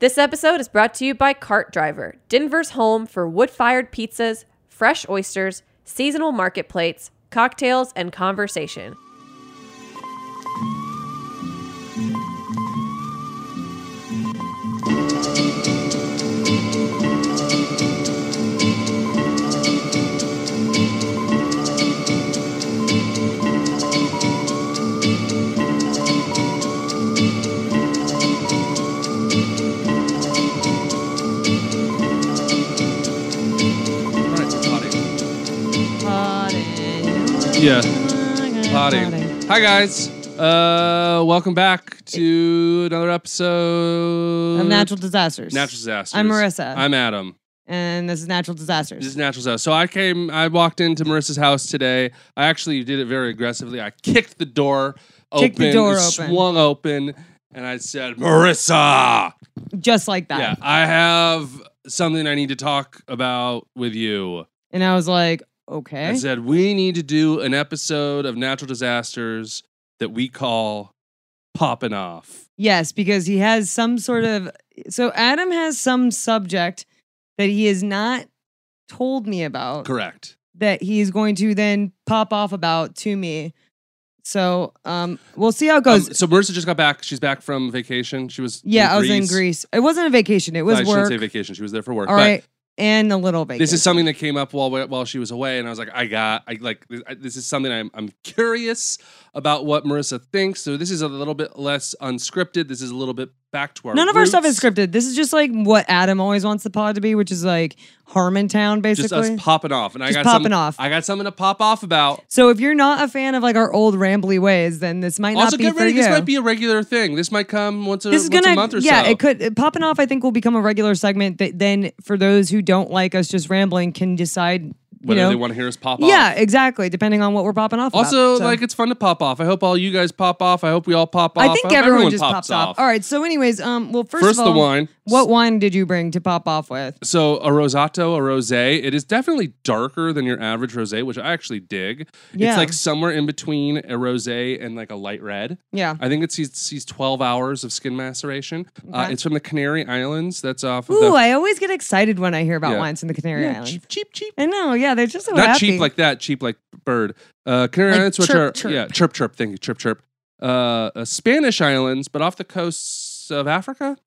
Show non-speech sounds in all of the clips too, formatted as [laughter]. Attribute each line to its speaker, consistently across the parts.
Speaker 1: This episode is brought to you by Cart Driver, Denver's home for wood fired pizzas, fresh oysters, seasonal market plates, cocktails, and conversation.
Speaker 2: All right, so potty.
Speaker 3: Potty.
Speaker 2: Yeah, potty.
Speaker 3: Potty.
Speaker 2: Hi guys. Uh, welcome back to another episode
Speaker 3: Of natural disasters.
Speaker 2: Natural disasters.
Speaker 3: I'm Marissa.
Speaker 2: I'm Adam.
Speaker 3: and this is natural disasters.
Speaker 2: This is natural disaster. So I came. I walked into Marissa's house today. I actually did it very aggressively. I kicked the door open.
Speaker 3: Kicked the door
Speaker 2: it
Speaker 3: open.
Speaker 2: Swung open, and I said, "Marissa."
Speaker 3: Just like that.
Speaker 2: Yeah, I have something I need to talk about with you.
Speaker 3: And I was like, okay.
Speaker 2: I said, we need to do an episode of natural disasters that we call popping off.
Speaker 3: yes, because he has some sort of. So Adam has some subject that he has not told me about
Speaker 2: Correct.
Speaker 3: that he is going to then pop off about to me. So um, we'll see how it
Speaker 2: Um,
Speaker 3: goes.
Speaker 2: so Marissa just got back. She's back from vacation. She was
Speaker 3: yeah, I was in Greece. It wasn't a vacation. It was
Speaker 2: I shouldn't
Speaker 3: work.
Speaker 2: say vacation. She was there for work.
Speaker 3: All
Speaker 2: but
Speaker 3: right, and a little vacation.
Speaker 2: This is something that came up while while she was away, and I was like, I got, I like, this- I- this is something I'm I'm curious about what Marissa thinks. So this is a little bit less unscripted. This is a little bit back to our
Speaker 3: None of our stuff is
Speaker 2: roots.
Speaker 3: scripted. This is just like what Adam always wants the pod to be, which is like Harmontown,
Speaker 2: Just
Speaker 3: basically.
Speaker 2: us popping off, and I
Speaker 3: Just
Speaker 2: got
Speaker 3: popping
Speaker 2: something-
Speaker 3: off.
Speaker 2: I got something to pop off about.
Speaker 3: so if you're not a fan of like our old rambly ways, then this might
Speaker 2: Also,
Speaker 3: not be
Speaker 2: get ready.
Speaker 3: for
Speaker 2: This
Speaker 3: you.
Speaker 2: might be a regular thing. This might come once a,
Speaker 3: this is
Speaker 2: once
Speaker 3: gonna,
Speaker 2: a month or
Speaker 3: yeah,
Speaker 2: so.
Speaker 3: it could popping off. I think will become a regular segment that then for those who don't like us just rambling can decide. You
Speaker 2: Whether
Speaker 3: know,
Speaker 2: they want to hear us pop off.
Speaker 3: yeah, exactly. Depending on what we're popping off. about.
Speaker 2: Also,
Speaker 3: So-
Speaker 2: like it's fun to pop off. I hope all you guys pop off. I hope we all pop off.
Speaker 3: I think
Speaker 2: hope
Speaker 3: everyone, just pops off. All right. So, anyways, um, well, first,
Speaker 2: First
Speaker 3: of all,
Speaker 2: the wine.
Speaker 3: What wine did you bring to pop off with?
Speaker 2: So a rosato, a rosé. It is definitely darker than your average rosé, which I actually dig.
Speaker 3: Yeah.
Speaker 2: It's like somewhere in between a rosé and like a light red.
Speaker 3: Yeah.
Speaker 2: I think it sees, sees 12 hours of skin maceration. Uh,
Speaker 3: Okay.
Speaker 2: it's from the Canary Islands. That's off of
Speaker 3: Ooh,
Speaker 2: the
Speaker 3: I always get excited when I hear about
Speaker 2: Yeah.
Speaker 3: wines in the Canary
Speaker 2: Yeah,
Speaker 3: Islands.
Speaker 2: cheap, cheap, cheap.
Speaker 3: I know, yeah, they're just so
Speaker 2: not
Speaker 3: happy.
Speaker 2: cheap like that, cheap like bird. Uh, Canary
Speaker 3: Like
Speaker 2: Islands, which
Speaker 3: chirp,
Speaker 2: are
Speaker 3: chirp.
Speaker 2: yeah, chirp chirp. Thank you, chirp chirp. Uh, uh, Spanish islands, but off the coasts of Africa,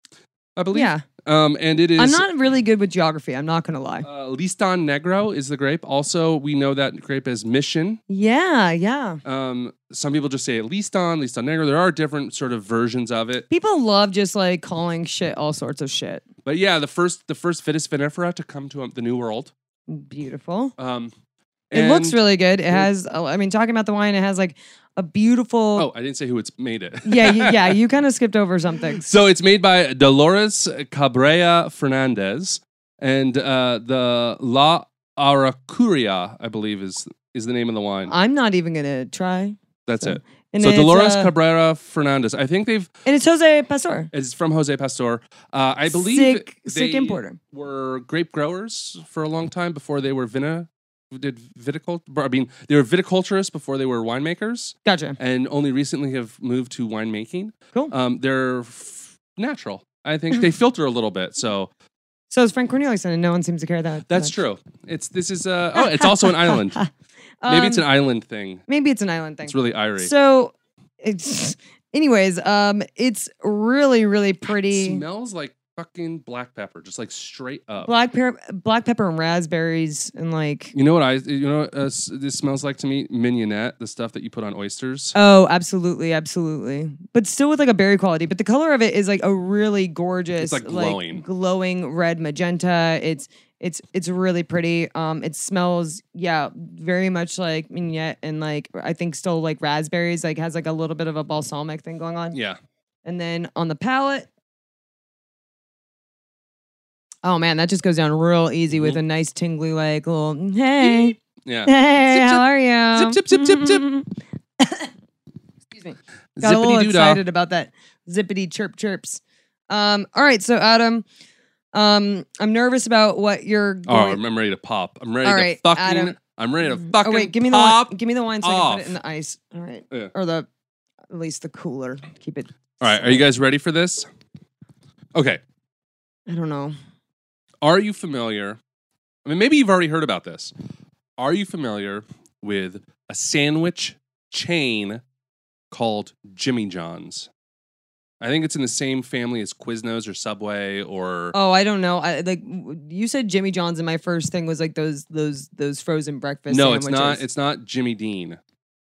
Speaker 2: I believe.
Speaker 3: yeah.
Speaker 2: Um, and it is.
Speaker 3: I'm not really good with geography. I'm not gonna lie.
Speaker 2: uh, Listan Negro is the grape. Also, we know that grape as Mission.
Speaker 3: Yeah, yeah.
Speaker 2: Um, some people just say it Listan, Listan Negro. There are different sort of versions of it.
Speaker 3: People love just like calling shit all sorts of shit.
Speaker 2: But yeah, the first the first Vitis vinifera to come to um, the New World.
Speaker 3: Beautiful.
Speaker 2: Um,
Speaker 3: it looks
Speaker 2: and-
Speaker 3: really good. It
Speaker 2: Yeah.
Speaker 3: has. oh, I mean, talking about the wine, it has like a beautiful.
Speaker 2: Oh, I didn't say who it's made it.
Speaker 3: [laughs] Yeah, you, yeah. You kind of skipped over something.
Speaker 2: So it's made by Dolores Cabrera Fernandez and uh, the La Aracuria, I believe is is the name of the wine.
Speaker 3: I'm not even gonna try.
Speaker 2: That's it.
Speaker 3: And
Speaker 2: so
Speaker 3: it's,
Speaker 2: Dolores
Speaker 3: uh,
Speaker 2: Cabrera Fernandez. I think they've
Speaker 3: and it's Jose Pastor.
Speaker 2: it's from Jose Pastor. Uh, I believe
Speaker 3: sick,
Speaker 2: they
Speaker 3: sick importer.
Speaker 2: were grape growers for a long time before they were vina did viticulture. I mean, they were viticulturists before they were winemakers,
Speaker 3: Gotcha.
Speaker 2: and only recently have moved to winemaking.
Speaker 3: Cool.
Speaker 2: Um, they're f- natural. I think they filter a little bit, so
Speaker 3: So it's Frank Corneliuson, and no one seems to care that.
Speaker 2: That's
Speaker 3: much.
Speaker 2: true. It's this is uh oh, it's also an island. Maybe it's an
Speaker 3: [laughs] Um,
Speaker 2: island thing.
Speaker 3: maybe it's an island thing.
Speaker 2: It's really irie.
Speaker 3: So it's anyways, um it's really, really
Speaker 2: it
Speaker 3: pretty.
Speaker 2: smells like fucking black pepper, just like straight up.
Speaker 3: Black pepper black pepper and raspberries and like
Speaker 2: you know what I you know what, uh, s- this smells like to me mignonette, the stuff that you put on oysters.
Speaker 3: Oh, absolutely, absolutely. But still with like a berry quality. But the color of it is like a really gorgeous
Speaker 2: like, glowing.
Speaker 3: glowing red magenta. It's it's it's really pretty. Um it smells, yeah, very much like mignette and like I think still like raspberries, like has like a little bit of a balsamic thing going on.
Speaker 2: yeah.
Speaker 3: And then on the palate, oh man, that just goes down real easy with a nice tingly like little hey,
Speaker 2: Yeah.
Speaker 3: hey,
Speaker 2: Mm-hmm. Zip,
Speaker 3: how are you?
Speaker 2: Zip, zip, zip, zip, zip.
Speaker 3: Excuse me, [laughs] got a little
Speaker 2: Zippity doo dah.
Speaker 3: excited about that zippity chirp chirps. Um, all right, so Adam, um, I'm nervous about what you're.
Speaker 2: Oh,
Speaker 3: Going-
Speaker 2: I'm I'm ready to pop. I'm ready
Speaker 3: All
Speaker 2: to
Speaker 3: right,
Speaker 2: fucking
Speaker 3: Adam.
Speaker 2: I'm ready to fucking
Speaker 3: oh wait, give me the
Speaker 2: pop.
Speaker 3: wine. Give me the wine so I can put
Speaker 2: off.
Speaker 3: it in the ice. All right,
Speaker 2: Yeah.
Speaker 3: or the at least the cooler. Keep it.
Speaker 2: All right, are you guys ready for this? Okay.
Speaker 3: I don't know.
Speaker 2: Are you familiar? I mean, maybe you've already heard about this. Are you familiar with a sandwich chain called Jimmy John's? I think it's in the same family as Quiznos or Subway or
Speaker 3: Oh, I don't know. I like w- you said Jimmy John's, and my first thing was like those those those frozen breakfast.
Speaker 2: No, it's not
Speaker 3: sandwiches.
Speaker 2: it's not Jimmy Dean.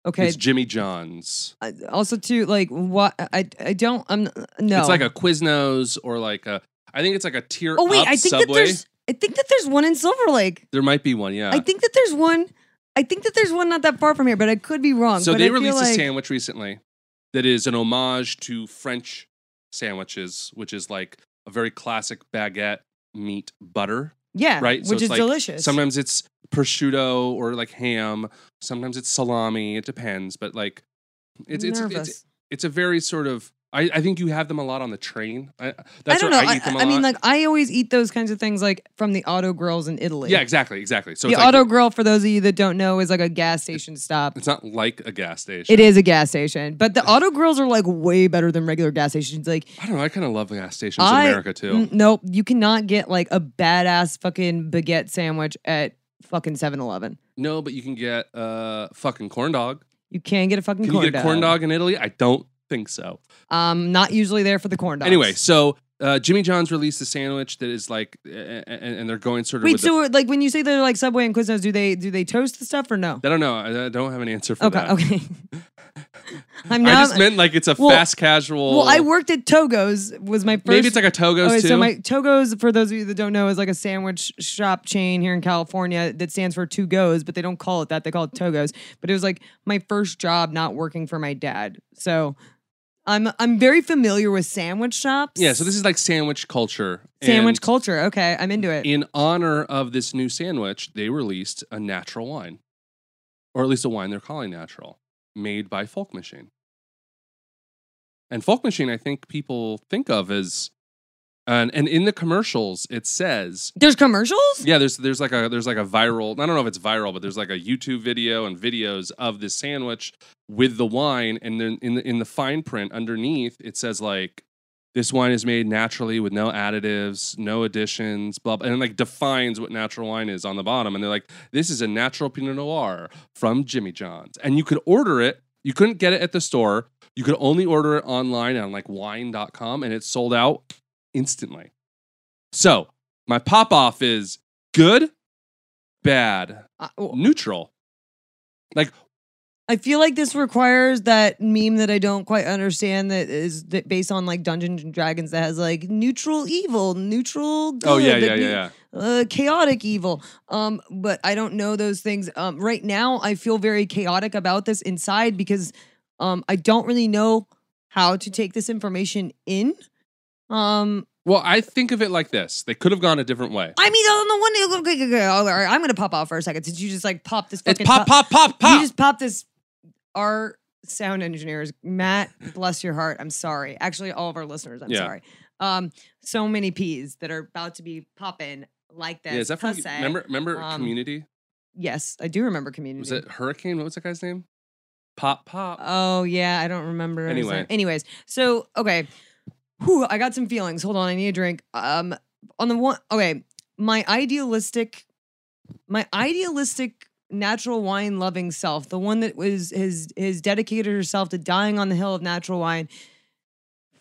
Speaker 3: okay.
Speaker 2: It's Jimmy John's.
Speaker 3: I- also, too, like what I I don't I'm no.
Speaker 2: It's like a Quiznos or like a I think it's like a tier
Speaker 3: oh wait,
Speaker 2: up
Speaker 3: I think that
Speaker 2: Subway.
Speaker 3: there's I think that there's one in Silver Lake.
Speaker 2: There might be one, yeah.
Speaker 3: I think that there's one. I think that there's one not that far from here, but I could be wrong.
Speaker 2: So
Speaker 3: but
Speaker 2: they
Speaker 3: I feel
Speaker 2: released
Speaker 3: like,
Speaker 2: a sandwich recently that is an homage to French sandwiches, which is like a very classic baguette meat butter,
Speaker 3: yeah,
Speaker 2: right?
Speaker 3: Which
Speaker 2: So it's
Speaker 3: is
Speaker 2: like-
Speaker 3: delicious.
Speaker 2: Sometimes it's prosciutto or like ham. Sometimes it's salami. It depends, but like it's it's
Speaker 3: Nervous.
Speaker 2: it's, it's a very sort of. I, I think you have them a lot on the train. I,
Speaker 3: I
Speaker 2: that's
Speaker 3: don't
Speaker 2: where
Speaker 3: know.
Speaker 2: I
Speaker 3: I,
Speaker 2: eat them a
Speaker 3: I
Speaker 2: lot.
Speaker 3: mean, like I always eat those kinds of things like from the auto grills in Italy.
Speaker 2: yeah, exactly, exactly. So
Speaker 3: the
Speaker 2: it's, like,
Speaker 3: auto grill, for those of you that don't know, is like a gas station stop.
Speaker 2: it's not like a gas station.
Speaker 3: It is a gas station, but the auto grills are like way better than regular gas stations. Like,
Speaker 2: I don't know. I kind of love gas stations
Speaker 3: I-
Speaker 2: in America too.
Speaker 3: n- nope, you cannot get like a badass fucking baguette sandwich at fucking 7 Eleven.
Speaker 2: No, but you can get a uh, fucking corn dog.
Speaker 3: You can get a fucking
Speaker 2: Can
Speaker 3: corn
Speaker 2: you get a corn dog in Italy? I don't think so.
Speaker 3: Um, not usually there for the corn dogs.
Speaker 2: Anyway, so uh, Jimmy John's released a sandwich that is like, a- a- and, and they're going sort of.
Speaker 3: wait,
Speaker 2: with the-
Speaker 3: so like when you say they're like Subway and Quiznos, do they do they toast the stuff or no?
Speaker 2: I don't know. I I don't have an answer for
Speaker 3: Okay,
Speaker 2: that. [laughs]
Speaker 3: okay. I'm
Speaker 2: I
Speaker 3: now.
Speaker 2: just meant like it's a
Speaker 3: Well-
Speaker 2: fast casual.
Speaker 3: well, I worked at Togo's. Was my first.
Speaker 2: maybe it's like a Togo's
Speaker 3: Okay,
Speaker 2: too.
Speaker 3: so my Togo's, for those of you that don't know, is like a sandwich shop chain here in California that stands for Two Go's, but they don't call it that. They call it Togo's. But it was like my first job not working for my dad, so I'm I'm very familiar with sandwich shops.
Speaker 2: yeah, so this is like sandwich culture.
Speaker 3: sandwich
Speaker 2: And
Speaker 3: culture. Okay, I'm into it.
Speaker 2: In honor of this new sandwich, they released a natural wine, or at least a wine they're calling natural, made by Folk Machine. And Folk Machine, I think people think of as, and and in the commercials it says
Speaker 3: There's commercials.
Speaker 2: Yeah, there's there's like a there's like a viral. I don't know if it's viral, but there's like a YouTube video and videos of this sandwich with the wine, and then in the in the fine print underneath it says like this wine is made naturally with no additives, no additions, blah, blah and it like defines what natural wine is on the bottom. And they're like, this is a natural Pinot Noir from Jimmy John's, and you could order it. You couldn't get it at the store. You could only order it online on like wine.com, and it sold out instantly. So my pop off is good, bad,
Speaker 3: Uh, oh,
Speaker 2: neutral.
Speaker 3: I feel like this requires that meme that I don't quite understand that is that based on like Dungeons and Dragons that has like neutral evil, neutral. Good,
Speaker 2: Oh yeah,
Speaker 3: the
Speaker 2: yeah, yeah, yeah.
Speaker 3: neu- uh, chaotic evil. Um, but I don't know those things. Um, right now, I feel very chaotic about this inside because um, I don't really know how to take this information in. Um,
Speaker 2: Well, I think of it like this: they could have gone a different way.
Speaker 3: I mean, on the one, okay, okay, okay, all right, I'm gonna pop out for a second. Did you just like pop this?
Speaker 2: It's
Speaker 3: fucking
Speaker 2: pop, pop, pop,
Speaker 3: You
Speaker 2: pop.
Speaker 3: just pop this. Our sound engineers, Matt, bless your heart. I'm sorry. Actually, all of our listeners, I'm
Speaker 2: Yeah.
Speaker 3: sorry. Um, so many peas that are about to be popping like this.
Speaker 2: yeah, is that from?
Speaker 3: Pussy.
Speaker 2: Remember, remember
Speaker 3: Um,
Speaker 2: Community?
Speaker 3: Yes, I do remember community.
Speaker 2: Was it Hurricane? What was that guy's name? Pop, pop.
Speaker 3: Oh yeah, I don't remember. his
Speaker 2: Anyway.
Speaker 3: name. anyways, so okay, Whew, I got some feelings. Hold on, I need a drink. Um, on the one, okay, my idealistic, my idealistic natural wine loving self, the one that was his his dedicated herself to dying on the hill of natural wine.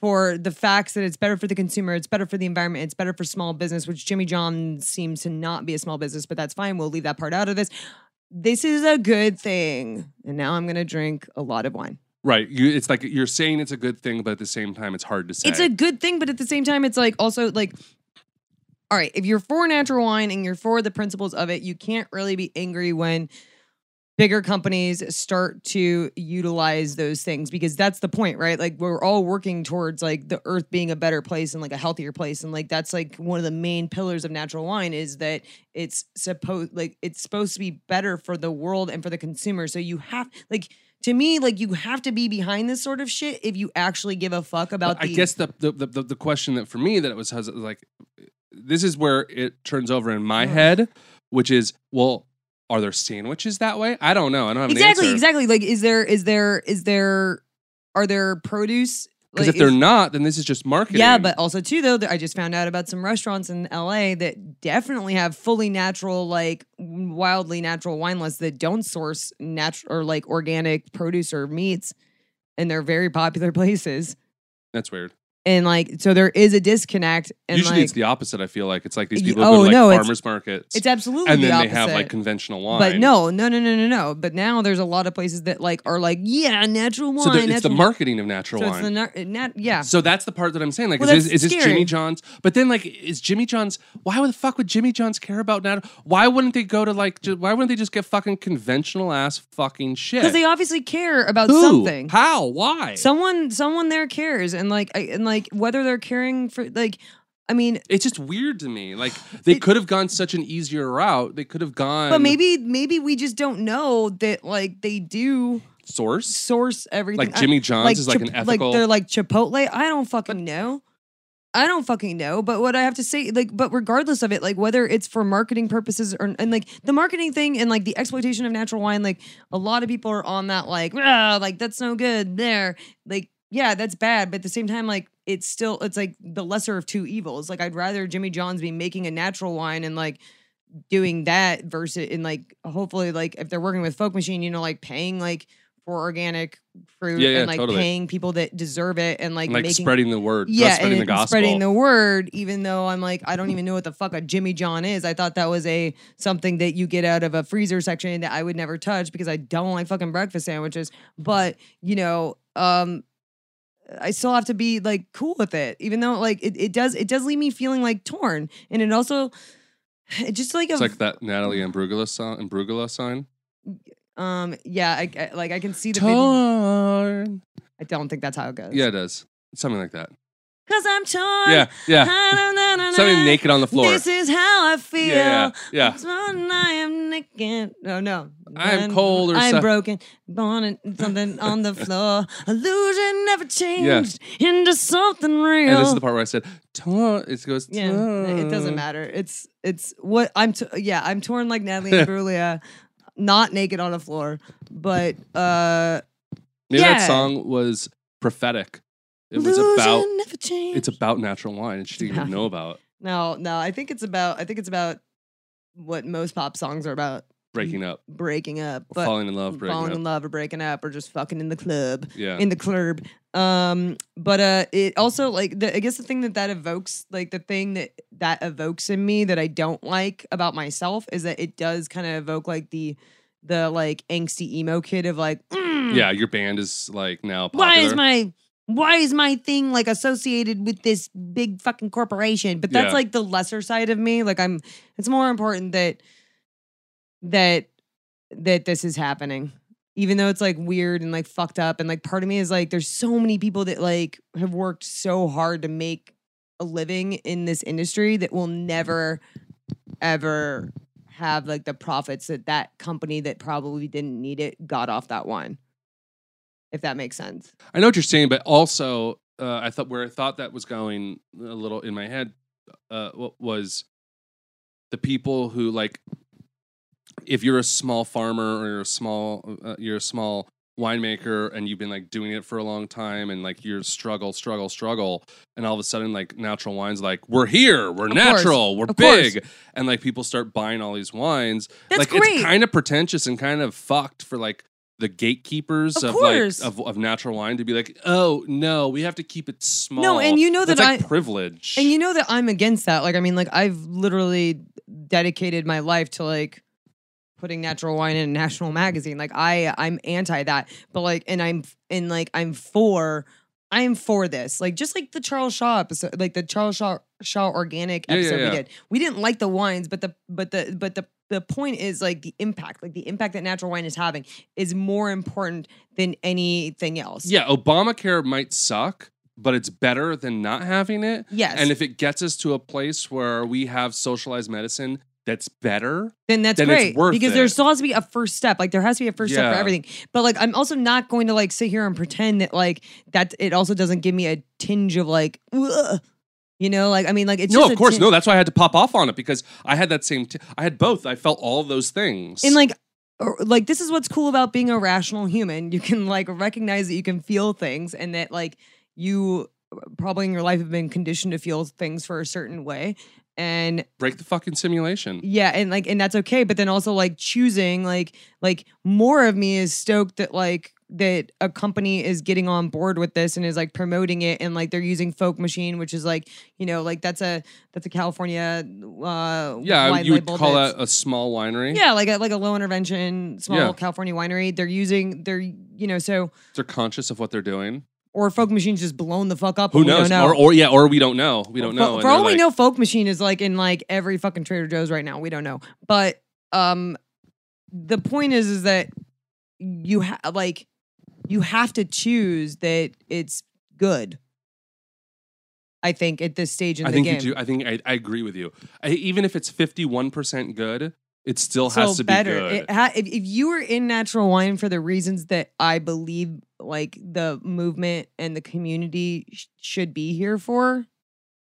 Speaker 3: For the facts that it's better for the consumer, it's better for the environment, it's better for small business, which Jimmy John seems to not be a small business, but that's fine. We'll leave that part out of this. This is a good thing. And now I'm going to drink a lot of wine.
Speaker 2: right. You, it's like you're saying it's a good thing, but at the same time, it's hard to say.
Speaker 3: It's a good thing, but at the same time, it's like also like, all right, if you're for natural wine and you're for the principles of it, you can't really be angry when bigger companies start to utilize those things because that's the point, right? Like we're all working towards like the earth being a better place and like a healthier place. And like that's like one of the main pillars of natural wine is that it's supposed like it's supposed to be better for the world and for the consumer. So you have like to me, like you have to be behind this sort of shit if you actually give a fuck about.
Speaker 2: But I
Speaker 3: the,
Speaker 2: guess the the, the the the question that for me that it was has like this is where it turns over in my
Speaker 3: Ugh.
Speaker 2: head, which is well, are there sandwiches that way? I don't know. I don't have an
Speaker 3: exactly
Speaker 2: answer.
Speaker 3: exactly like is there is there is there are there produce
Speaker 2: Because
Speaker 3: Like,
Speaker 2: if they're
Speaker 3: it's-
Speaker 2: not, then this is just marketing.
Speaker 3: Yeah, but also too though, that I just found out about some restaurants in LA that definitely have fully natural, like wildly natural wine lists that don't source natural or like organic produce or meats, and they're very popular [laughs] places.
Speaker 2: that's weird.
Speaker 3: And like, so there is a disconnect. And
Speaker 2: Usually
Speaker 3: like,
Speaker 2: it's the opposite. I feel like it's like these
Speaker 3: Y-
Speaker 2: people who go
Speaker 3: oh,
Speaker 2: to like
Speaker 3: no, it's-
Speaker 2: farmers markets,
Speaker 3: it's absolutely
Speaker 2: and
Speaker 3: the
Speaker 2: then
Speaker 3: opposite.
Speaker 2: they have like conventional wine.
Speaker 3: but no, no, no, no, no, no. But now there's a lot of places that like are like, yeah, natural wine.
Speaker 2: so there- it's the
Speaker 3: natural
Speaker 2: marketing of natural
Speaker 3: So it's
Speaker 2: wine.
Speaker 3: the nar- nat- yeah.
Speaker 2: So that's the part that I'm saying. Like,
Speaker 3: Well,
Speaker 2: is,
Speaker 3: that's
Speaker 2: this, is this
Speaker 3: scary.
Speaker 2: Jimmy John's? But then, like, is Jimmy John's? Why would the fuck would Jimmy John's care about now? Why wouldn't they go to like? Just, why wouldn't they just get fucking conventional ass fucking shit?
Speaker 3: Because they obviously care about
Speaker 2: Who?
Speaker 3: something.
Speaker 2: How? Why?
Speaker 3: someone someone there cares and like I, and like whether they're caring for like i mean
Speaker 2: it's just weird to me. Like, they could have gone such an easier route. They could have gone,
Speaker 3: but maybe maybe we just don't know that like they do
Speaker 2: source
Speaker 3: source everything
Speaker 2: like
Speaker 3: I-
Speaker 2: Jimmy John's is like
Speaker 3: Chip-
Speaker 2: an ethical.
Speaker 3: uh, like they're like chipotle i don't fucking know i don't fucking know but what i have to say like but regardless of it like whether it's for marketing purposes or and like the marketing thing and like the exploitation of natural wine like a lot of people are on that like "Ah, like that's no good there like yeah that's bad but at the same time like it's still it's like the lesser of two evils like i'd rather jimmy john's be making a natural wine and like doing that versus in like hopefully like if they're working with folk machine you know like paying like for organic fruit
Speaker 2: Yeah, yeah,
Speaker 3: and like
Speaker 2: totally.
Speaker 3: paying people that deserve it and like,
Speaker 2: like
Speaker 3: making
Speaker 2: spreading the word,
Speaker 3: yeah
Speaker 2: spreading
Speaker 3: and
Speaker 2: the gospel.
Speaker 3: spreading the word even though i'm like i don't even know what the fuck a jimmy john is i thought that was a something that you get out of a freezer section that i would never touch because i don't like fucking breakfast sandwiches but you know um I still have to be like cool with it, even though like it, it does it does leave me feeling like torn, and it also it just like a
Speaker 2: it's like that Natalie Imbruglia sign. Imbruglia sign.
Speaker 3: um yeah I, I- like I can see the video.
Speaker 2: Torn.
Speaker 3: I don't think that's how it goes
Speaker 2: Yeah, it does. Something like that.
Speaker 3: because I'm torn
Speaker 2: Yeah, yeah.
Speaker 3: yeah
Speaker 2: Something naked on the floor.
Speaker 3: This is how I feel.
Speaker 2: Yeah, yeah.
Speaker 3: That's when I am naked. No, no.
Speaker 2: I'm
Speaker 3: When
Speaker 2: cold or
Speaker 3: I'm
Speaker 2: so-
Speaker 3: broken. Born in something on the floor. Illusion never changed into something real.
Speaker 2: And this is the part where I said, "Torn." It goes.
Speaker 3: yeah, it doesn't
Speaker 2: "Torn."
Speaker 3: matter. It's it's what I'm. T- yeah, I'm torn like
Speaker 2: [laughs]
Speaker 3: Natalie Imbruglia, not naked on a floor, but uh,
Speaker 2: Maybe that
Speaker 3: Yeah.
Speaker 2: song was prophetic. It was
Speaker 3: illusion
Speaker 2: about.
Speaker 3: never changed.
Speaker 2: It's about natural wine, and she didn't even know about
Speaker 3: no, no. I think it's about. I think it's about what most pop songs are about:
Speaker 2: breaking up,
Speaker 3: breaking up.
Speaker 2: or
Speaker 3: But
Speaker 2: falling in love, breaking
Speaker 3: falling
Speaker 2: up.
Speaker 3: in love or breaking up or just fucking in the club
Speaker 2: Yeah,
Speaker 3: in the club um but uh it also like the, i guess the thing that that evokes like the thing that that evokes in me that i don't like about myself is that it does kind of evoke like the the like angsty emo kid of like "Mm,
Speaker 2: yeah. Your band is like now. Popular.
Speaker 3: why is my why is my thing like associated with this big fucking corporation but that's
Speaker 2: Yeah.
Speaker 3: like the lesser side of me like i'm it's more important that that that this is happening even though it's like weird and like fucked up and like part of me is like there's so many people that like have worked so hard to make a living in this industry that will never ever have like the profits that that company that probably didn't need it got off that wine if that makes sense
Speaker 2: I know what you're saying, but also uh, I thought where I thought that was going a little in my head uh, wa- was the people who like if you're a small farmer or you're a small uh, you're a small winemaker and you've been like doing it for a long time and like you're struggle struggle struggle and all of a sudden like natural wines like we're here we're
Speaker 3: course,
Speaker 2: natural we're
Speaker 3: of course.
Speaker 2: big and like people start buying all these wines
Speaker 3: That's
Speaker 2: like
Speaker 3: great.
Speaker 2: it's kind of pretentious and kind of fucked for like the gatekeepers
Speaker 3: Of
Speaker 2: of,
Speaker 3: course.
Speaker 2: like of, of natural wine to be like, oh no, we have to keep it small.
Speaker 3: and you know
Speaker 2: That's
Speaker 3: that
Speaker 2: like
Speaker 3: I-
Speaker 2: privilege.
Speaker 3: And you know that I'm against that. Like, I mean, like I've literally dedicated my life to like putting natural wine in a [laughs] national magazine. Like I, I'm anti that, but like, and I'm, and like, I'm for, I'm for this. Like, just like the Charles Shaw episode, like the Charles Shaw, Shaw organic
Speaker 2: Yeah, yeah,
Speaker 3: episode
Speaker 2: yeah.
Speaker 3: we did. We didn't like the wines, but the, but the, but the, the point is like the impact, like the impact that natural wine is having is more important than anything else.
Speaker 2: yeah, Obamacare might suck, but it's better than not having it.
Speaker 3: Yes.
Speaker 2: And if it gets us to a place where we have socialized medicine that's better,
Speaker 3: then that's
Speaker 2: then it's
Speaker 3: great
Speaker 2: worth
Speaker 3: because
Speaker 2: it.
Speaker 3: there still has to be a first step. Like there has to be a first step
Speaker 2: Yeah.
Speaker 3: for everything. But like I'm also not going to like sit here and pretend that like that it also doesn't give me a tinge of like, "Ugh," you know, like I mean, like it's
Speaker 2: no,
Speaker 3: just
Speaker 2: of
Speaker 3: a
Speaker 2: course,
Speaker 3: tin-
Speaker 2: no. That's why I had to pop off on it because I had that same. T- I had both. I felt all of those things.
Speaker 3: And like, or, like this is what's cool about being a rational human. You can like recognize that you can feel things and that like you probably in your life have been conditioned to feel things for a certain way. And
Speaker 2: Break the fucking simulation.
Speaker 3: yeah and like and that's okay but then also like choosing like like more of me is stoked that like that a company is getting on board with this and is like promoting it and like they're using folk machine which is like you know like that's a that's a california uh
Speaker 2: Yeah,
Speaker 3: wine
Speaker 2: you would
Speaker 3: label
Speaker 2: call
Speaker 3: that's-
Speaker 2: that a small winery.
Speaker 3: yeah like a like a low intervention small
Speaker 2: Yeah.
Speaker 3: california winery they're using they're you know so
Speaker 2: They're conscious of what they're doing.
Speaker 3: or folk machine's just blown the fuck up
Speaker 2: Who
Speaker 3: and we
Speaker 2: knows?
Speaker 3: don't know.
Speaker 2: Or, or yeah, or we don't know. We don't
Speaker 3: For-
Speaker 2: know.
Speaker 3: For,
Speaker 2: and they're
Speaker 3: all we
Speaker 2: like-
Speaker 3: know, Folk Machine is like in like every fucking Trader Joe's right now. We don't know, but um, the point is, is that you ha- like you have to choose that it's good. I think at this stage in
Speaker 2: I
Speaker 3: the
Speaker 2: think
Speaker 3: game,
Speaker 2: you do. I think I, I agree with you. I, even if it's fifty-one percent good, it still has
Speaker 3: So
Speaker 2: to
Speaker 3: better.
Speaker 2: be good.
Speaker 3: It ha- if, if you were in natural wine for the reasons that I believe, like the movement and the community sh- should be here for,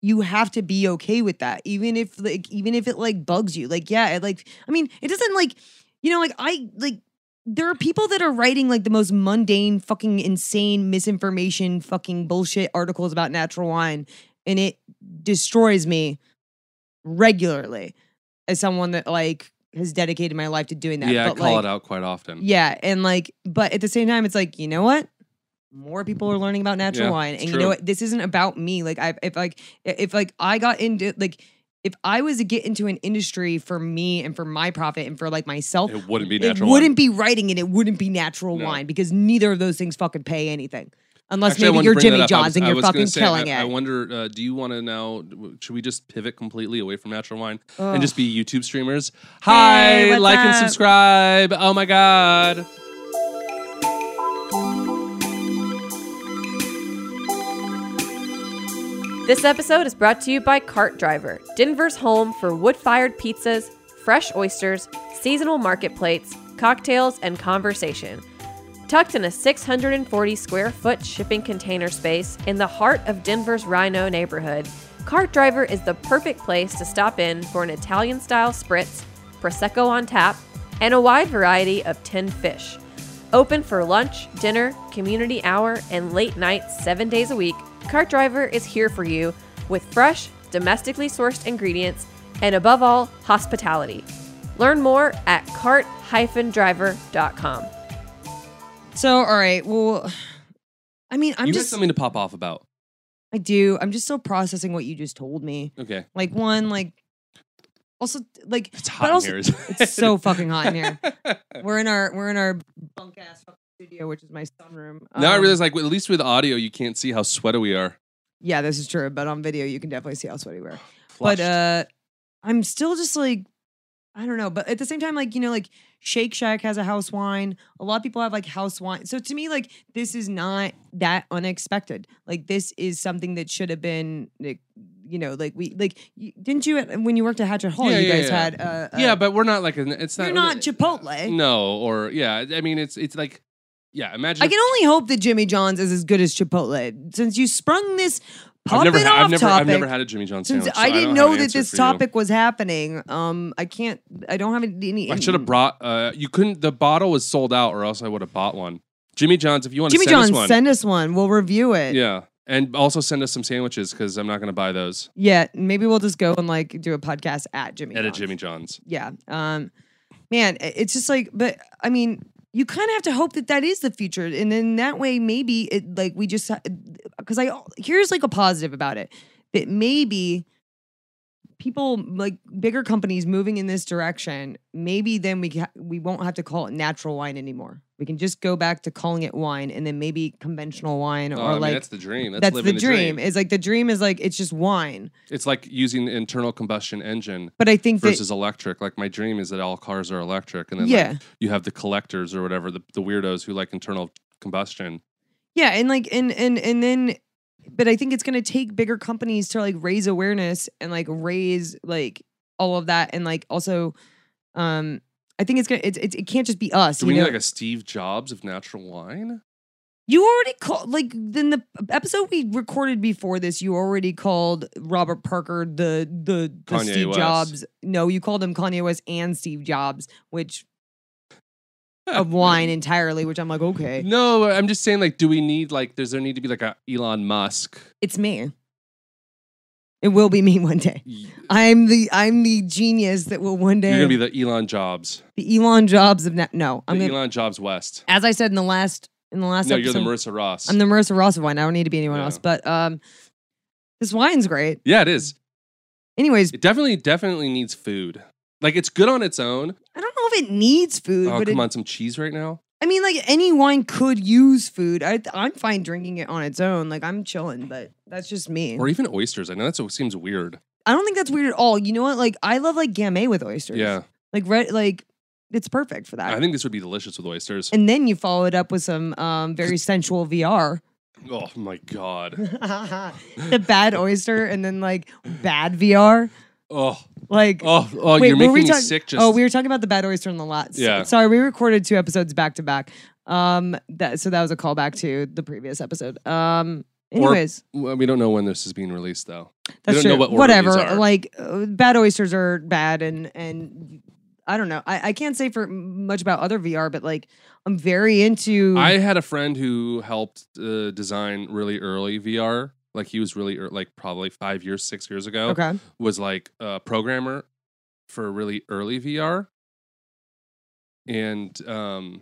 Speaker 3: you have to be okay with that, even if like even if it like bugs you. Like, yeah, it, like I mean, it doesn't like you know, like I like. There are people that are writing like the most mundane, fucking insane misinformation, fucking bullshit articles about natural wine, and it destroys me regularly as someone that like has dedicated my life to doing that.
Speaker 2: yeah, I
Speaker 3: but,
Speaker 2: call
Speaker 3: like,
Speaker 2: it out quite often.
Speaker 3: Yeah, and like, but at the same time, it's like you know what? More people are learning about natural
Speaker 2: Yeah,
Speaker 3: wine,
Speaker 2: it's
Speaker 3: and you
Speaker 2: true.
Speaker 3: know what? This isn't about me. Like, I if like i- if like I got into like if I was to get into an industry for me and for my profit and for like myself,
Speaker 2: It wouldn't be
Speaker 3: it
Speaker 2: natural.
Speaker 3: wouldn't be writing and it wouldn't be natural
Speaker 2: No.
Speaker 3: wine because neither of those things fucking pay anything. Unless
Speaker 2: Actually, I wanted
Speaker 3: maybe
Speaker 2: to
Speaker 3: you're
Speaker 2: bring that
Speaker 3: Jimmy
Speaker 2: up. I was-
Speaker 3: John's and
Speaker 2: I
Speaker 3: you're
Speaker 2: was gonna
Speaker 3: fucking
Speaker 2: say,
Speaker 3: killing
Speaker 2: I, I
Speaker 3: it.
Speaker 2: wonder, uh, do you want to now? w- Should we just pivot completely away from natural wine
Speaker 3: Ugh.
Speaker 2: and just be YouTube streamers? Hi,
Speaker 3: what's
Speaker 2: like and
Speaker 3: up?
Speaker 2: subscribe. Oh my god.
Speaker 1: This episode is brought to you by Cart Driver, Denver's home for wood fired pizzas, fresh oysters, seasonal market plates, cocktails, and conversation. Tucked in a 640 square foot shipping container space in the heart of Denver's Rhino neighborhood, Cart Driver is the perfect place to stop in for an Italian style spritz, Prosecco on tap, and a wide variety of tinned fish. Open for lunch, dinner, community hour, and late night seven days a week, Cart Driver is here for you with fresh, domestically sourced ingredients and above all, hospitality. Learn more at cart-driver.com.
Speaker 3: So, all right, well, I mean, I'm
Speaker 2: you had
Speaker 3: just
Speaker 2: something to pop off about.
Speaker 3: I do. I'm just still processing what you just told me.
Speaker 2: Okay,
Speaker 3: Like one, like also like
Speaker 2: it's hot
Speaker 3: but
Speaker 2: in
Speaker 3: also
Speaker 2: here. isn't
Speaker 3: it's
Speaker 2: [laughs]
Speaker 3: so
Speaker 2: it?
Speaker 3: fucking hot in here.
Speaker 2: [laughs]
Speaker 3: We're in our we're in our bunk ass fucking studio, which is my sunroom.
Speaker 2: now I
Speaker 3: Um,
Speaker 2: realize, like, at least with audio, you can't see how sweaty we are.
Speaker 3: Yeah, this is true, but on video you can definitely see how sweaty we are.
Speaker 2: Flushed.
Speaker 3: But uh I'm still just like I don't know, but at the same time, like, you know, like Shake Shack has a house wine. A lot of people have like house wine. So to me, like, this is not that unexpected. Like, this is something that should have been, like, you know, like we, like, y- didn't you, uh, when you worked at Hatchet Hall,
Speaker 2: Yeah,
Speaker 3: you
Speaker 2: yeah,
Speaker 3: guys
Speaker 2: yeah.
Speaker 3: had, uh, uh,
Speaker 2: yeah, but Mm, we're not like an, it's not.
Speaker 3: you're not eh. Chipotle.
Speaker 2: No, or yeah, I mean, it's it's like, yeah. Imagine
Speaker 3: I
Speaker 2: if-
Speaker 3: can only hope that Jimmy John's is as good as Chipotle. Since you sprung this
Speaker 2: I've
Speaker 3: pop
Speaker 2: never,
Speaker 3: it
Speaker 2: ha-
Speaker 3: off
Speaker 2: I've never,
Speaker 3: topic,
Speaker 2: I've never had a Jimmy John
Speaker 3: since
Speaker 2: sandwich. so
Speaker 3: I
Speaker 2: don't
Speaker 3: didn't
Speaker 2: have an
Speaker 3: know that
Speaker 2: answer
Speaker 3: this
Speaker 2: for you.
Speaker 3: topic was happening, um, I can't. I don't have any.
Speaker 2: I should have brought. Uh, you couldn't. The bottle was sold out, or else I would have bought one. Jimmy John's, if you want to
Speaker 3: Jimmy
Speaker 2: send
Speaker 3: John,
Speaker 2: us one,
Speaker 3: send us one. We'll review it.
Speaker 2: yeah, and also send us some sandwiches because I'm not going to buy those
Speaker 3: Yeah, Maybe we'll just go and like do a podcast at Jimmy.
Speaker 2: at a
Speaker 3: John's.
Speaker 2: Jimmy John's.
Speaker 3: Yeah. Um, man, i- it's just like, but I mean, you kind of have to hope that that is the future, and then that way, maybe it like we just because I here's like a positive about it that maybe people like bigger companies moving in this direction maybe then we ca- we won't have to call it natural wine anymore we can just go back to calling it wine and then maybe conventional wine
Speaker 2: Oh,
Speaker 3: or
Speaker 2: I mean,
Speaker 3: like
Speaker 2: that's the dream. That's,
Speaker 3: that's, the,
Speaker 2: living
Speaker 3: dream. is like the dream is like it's just wine
Speaker 2: It's like using the internal combustion engine
Speaker 3: but i think that
Speaker 2: versus electric. Like my dream is that all cars are electric, and then like,
Speaker 3: yeah
Speaker 2: you have the collectors or whatever, the, the weirdos who like internal combustion.
Speaker 3: Yeah, and like and and and then but I think it's gonna take bigger companies to like raise awareness and like raise like all of that and like also um I think it's gonna it's, it's it can't just be us.
Speaker 2: Do we
Speaker 3: you
Speaker 2: need
Speaker 3: know?
Speaker 2: like a Steve Jobs of natural wine?
Speaker 3: you already called like then the episode we recorded before this, you already called Robert Parker the the, the
Speaker 2: Kanye
Speaker 3: Steve
Speaker 2: West. [laughs]
Speaker 3: Jobs. No, you called him Kanye West and Steve Jobs, which [laughs] of wine entirely, which I'm like, okay,
Speaker 2: No, I'm just saying, like, do we need like? Does there need to be like a Elon Musk?
Speaker 3: it's me. It will be me one day.
Speaker 2: Y-
Speaker 3: I'm the I'm the genius that will one day
Speaker 2: You're gonna be the Elon Jobs,
Speaker 3: the Elon Jobs of na- no.
Speaker 2: the
Speaker 3: I'm gonna,
Speaker 2: Elon Jobs West.
Speaker 3: as I said in the last in the last
Speaker 2: No, you're
Speaker 3: episode,
Speaker 2: the Marissa Ross.
Speaker 3: I'm the Marissa Ross of wine. I don't need to be anyone
Speaker 2: Yeah.
Speaker 3: else. But um, this wine's great.
Speaker 2: yeah, it is.
Speaker 3: Anyways,
Speaker 2: It definitely, definitely needs food. Like, it's good on its own.
Speaker 3: I don't know if it needs food,
Speaker 2: Oh,
Speaker 3: but
Speaker 2: come
Speaker 3: it,
Speaker 2: on, some cheese right now.
Speaker 3: I mean, like any wine could use food. I, I'm fine drinking it on its own. Like I'm chilling, but that's just me.
Speaker 2: Or even oysters. I know that seems weird.
Speaker 3: I don't think that's weird at all. You know what? Like I love like gamay with oysters.
Speaker 2: Yeah.
Speaker 3: Like red. Like it's perfect for that.
Speaker 2: I think this would be delicious with oysters.
Speaker 3: and then you follow it up with some um, very sensual VR.
Speaker 2: Oh my god.
Speaker 3: [laughs] the bad oyster and then like bad VR.
Speaker 2: Oh,
Speaker 3: Like
Speaker 2: oh, oh!
Speaker 3: Wait,
Speaker 2: you're
Speaker 3: were
Speaker 2: making
Speaker 3: we
Speaker 2: me
Speaker 3: talk-
Speaker 2: sick. Just
Speaker 3: oh, we were talking about the bad oyster in the lot. S-
Speaker 2: Yeah.
Speaker 3: Sorry, we recorded two episodes back to back. Um that so that was a callback to the previous episode. Um
Speaker 2: Or-
Speaker 3: anyways,
Speaker 2: Well, we don't know when this is being released though.
Speaker 3: that's
Speaker 2: don't
Speaker 3: true.
Speaker 2: know what order
Speaker 3: Whatever.
Speaker 2: these are.
Speaker 3: Like uh, bad oysters are bad and and I don't know. I, I can't say for m- much about other VR, but like I'm very into
Speaker 2: I had a friend who helped uh, design really early VR. Like he was really ear like probably five years, six years ago.
Speaker 3: Okay.
Speaker 2: Was like a programmer for really early VR. And um,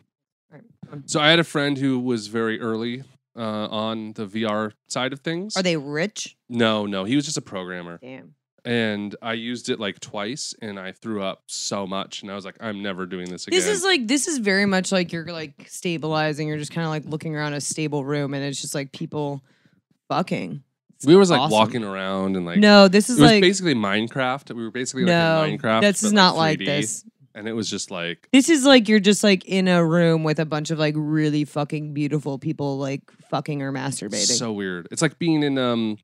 Speaker 2: so I had a friend who was very early uh, on the VR side of things.
Speaker 3: Are they rich?
Speaker 2: No, no, he was just a programmer.
Speaker 3: Damn.
Speaker 2: and I used it like twice, and I threw up so much, and I was like, I'm never doing this again.
Speaker 3: This is like this is very much like you're like stabilizing. You're just kind of like looking around a stable room, and it's just like people fucking. It's
Speaker 2: we was like
Speaker 3: awesome.
Speaker 2: walking around and like
Speaker 3: no, this
Speaker 2: it
Speaker 3: is
Speaker 2: was
Speaker 3: like
Speaker 2: basically Minecraft. We were basically
Speaker 3: no.
Speaker 2: like in Minecraft.
Speaker 3: this
Speaker 2: but,
Speaker 3: is not like
Speaker 2: 3D,
Speaker 3: this.
Speaker 2: and it was just like
Speaker 3: This is like you're just like in a room with a bunch of like really fucking beautiful people like fucking or masturbating.
Speaker 2: so weird. It's like being in um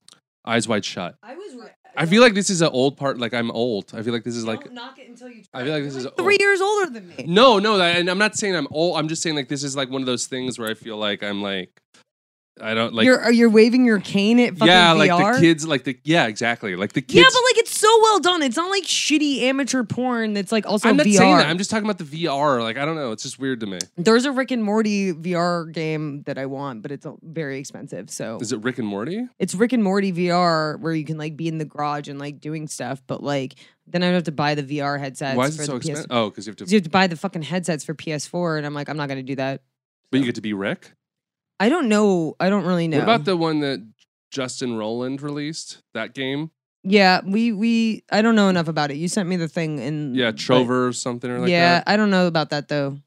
Speaker 2: Eyes Wide Shut.
Speaker 3: I was. Re-
Speaker 2: I feel like this is an old part. Like I'm old. I feel like this is like
Speaker 3: knock it until you.
Speaker 2: I feel like this is
Speaker 3: three
Speaker 2: old.
Speaker 3: years older than me.
Speaker 2: No, no, that, and I'm not saying I'm old. I'm just saying like this is like one of those things where I feel like I'm like I don't like
Speaker 3: you're are you waving your cane at fucking
Speaker 2: yeah, like
Speaker 3: VR?
Speaker 2: the kids, like the yeah, exactly, like the kids.
Speaker 3: yeah, but like it's so well done. It's not like shitty amateur porn. That's like also
Speaker 2: I'm not
Speaker 3: VR.
Speaker 2: saying that. I'm just talking about the VR. Like I don't know. It's just weird to me.
Speaker 3: There's a Rick and Morty VR game that I want, but it's uh, very expensive. So
Speaker 2: Is it Rick and Morty?
Speaker 3: it's Rick and Morty VR where you can like be in the garage and like doing stuff, but like then I would have to buy the VR headsets.
Speaker 2: Why is
Speaker 3: for
Speaker 2: it so
Speaker 3: the
Speaker 2: expensive?
Speaker 3: PS-
Speaker 2: Oh, because you have
Speaker 3: 'cause
Speaker 2: to.
Speaker 3: you have to buy the fucking headsets for PS4, and I'm like, I'm not gonna do that.
Speaker 2: But you get to be Rick.
Speaker 3: I don't know. I don't really know.
Speaker 2: What about the one that Justin Roland released? That game?
Speaker 3: yeah, we we I don't know enough about it. You sent me the thing in
Speaker 2: Yeah,
Speaker 3: Mm, but-
Speaker 2: Trover or something or like
Speaker 3: yeah,
Speaker 2: that.
Speaker 3: I don't know about that though.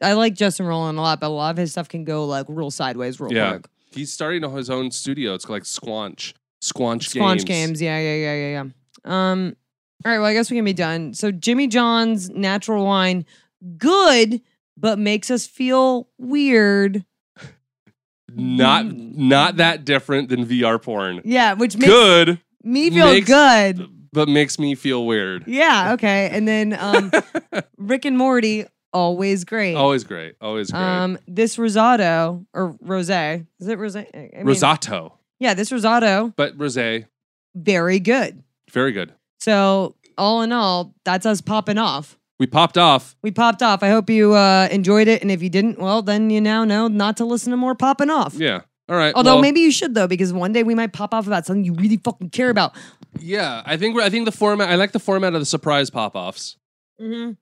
Speaker 3: I like Justin Roland a lot, but a lot of his stuff can go like real sideways, real
Speaker 2: Yeah.
Speaker 3: quick.
Speaker 2: He's starting his own studio. It's like Squanch. Squanch,
Speaker 3: Squanch games. Yeah, yeah, yeah, yeah, yeah. Um, all right. Well, I guess we can be done. So Jimmy John's natural wine, good, but makes us feel weird.
Speaker 2: Not
Speaker 3: Mm.
Speaker 2: not that different than VR porn.
Speaker 3: Yeah, which makes
Speaker 2: Good,
Speaker 3: me feel
Speaker 2: makes-
Speaker 3: good.
Speaker 2: but makes me feel weird.
Speaker 3: Yeah. Okay. And then
Speaker 2: [laughs]
Speaker 3: um, Rick and Morty, always great.
Speaker 2: Always great. Always great.
Speaker 3: Um, this risotto or rosé? Is it rosé? I mean-
Speaker 2: Rosato,
Speaker 3: Yeah, this risotto,
Speaker 2: but rosé,
Speaker 3: very good.
Speaker 2: very good.
Speaker 3: So all in all, that's us popping off.
Speaker 2: We popped off.
Speaker 3: we popped off. I hope you uh, enjoyed it. And if you didn't, well, then you now know not to listen to more popping off.
Speaker 2: Yeah. All right.
Speaker 3: Although
Speaker 2: well-
Speaker 3: maybe you should though, because one day we might pop off about something you really fucking care about.
Speaker 2: Yeah, I think we're, I think the format. I like the format of the surprise pop offs. I think.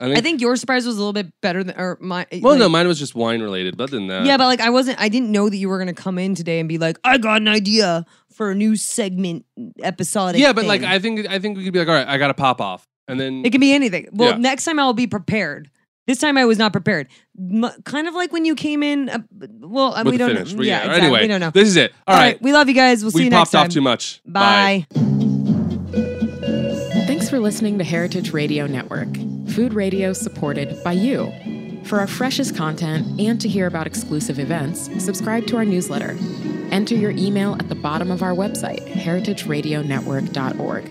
Speaker 3: I think your surprise was a little bit better than or my.
Speaker 2: well,
Speaker 3: like-
Speaker 2: no, uh, mine was just wine related, but then that.
Speaker 3: Yeah, but like I wasn't. I didn't know that you were gonna come in today and be like, I got an idea for a new segment episodic.
Speaker 2: yeah, but like
Speaker 3: thing."
Speaker 2: I think I think we could be like, all right, I got a pop off, and then
Speaker 3: It can be anything. Well,
Speaker 2: Yeah.
Speaker 3: next time I'll be prepared. This time I was not prepared. M- kind of like when you came in. Uh, well, uh,
Speaker 2: with
Speaker 3: we
Speaker 2: the
Speaker 3: don't.
Speaker 2: finish.
Speaker 3: Know.
Speaker 2: But
Speaker 3: Yeah,
Speaker 2: yeah,
Speaker 3: exactly.
Speaker 2: Anyway,
Speaker 3: we don't know.
Speaker 2: This is it.
Speaker 3: All right. we love you guys. We'll see
Speaker 2: we
Speaker 3: you
Speaker 2: popped
Speaker 3: next time.
Speaker 2: off too much.
Speaker 3: Bye.
Speaker 4: Thanks for listening to Heritage Radio Network, food radio supported by you. For our freshest content and to hear about exclusive events, subscribe to our newsletter. Enter your email at the bottom of our website, heritageradionetwork.org.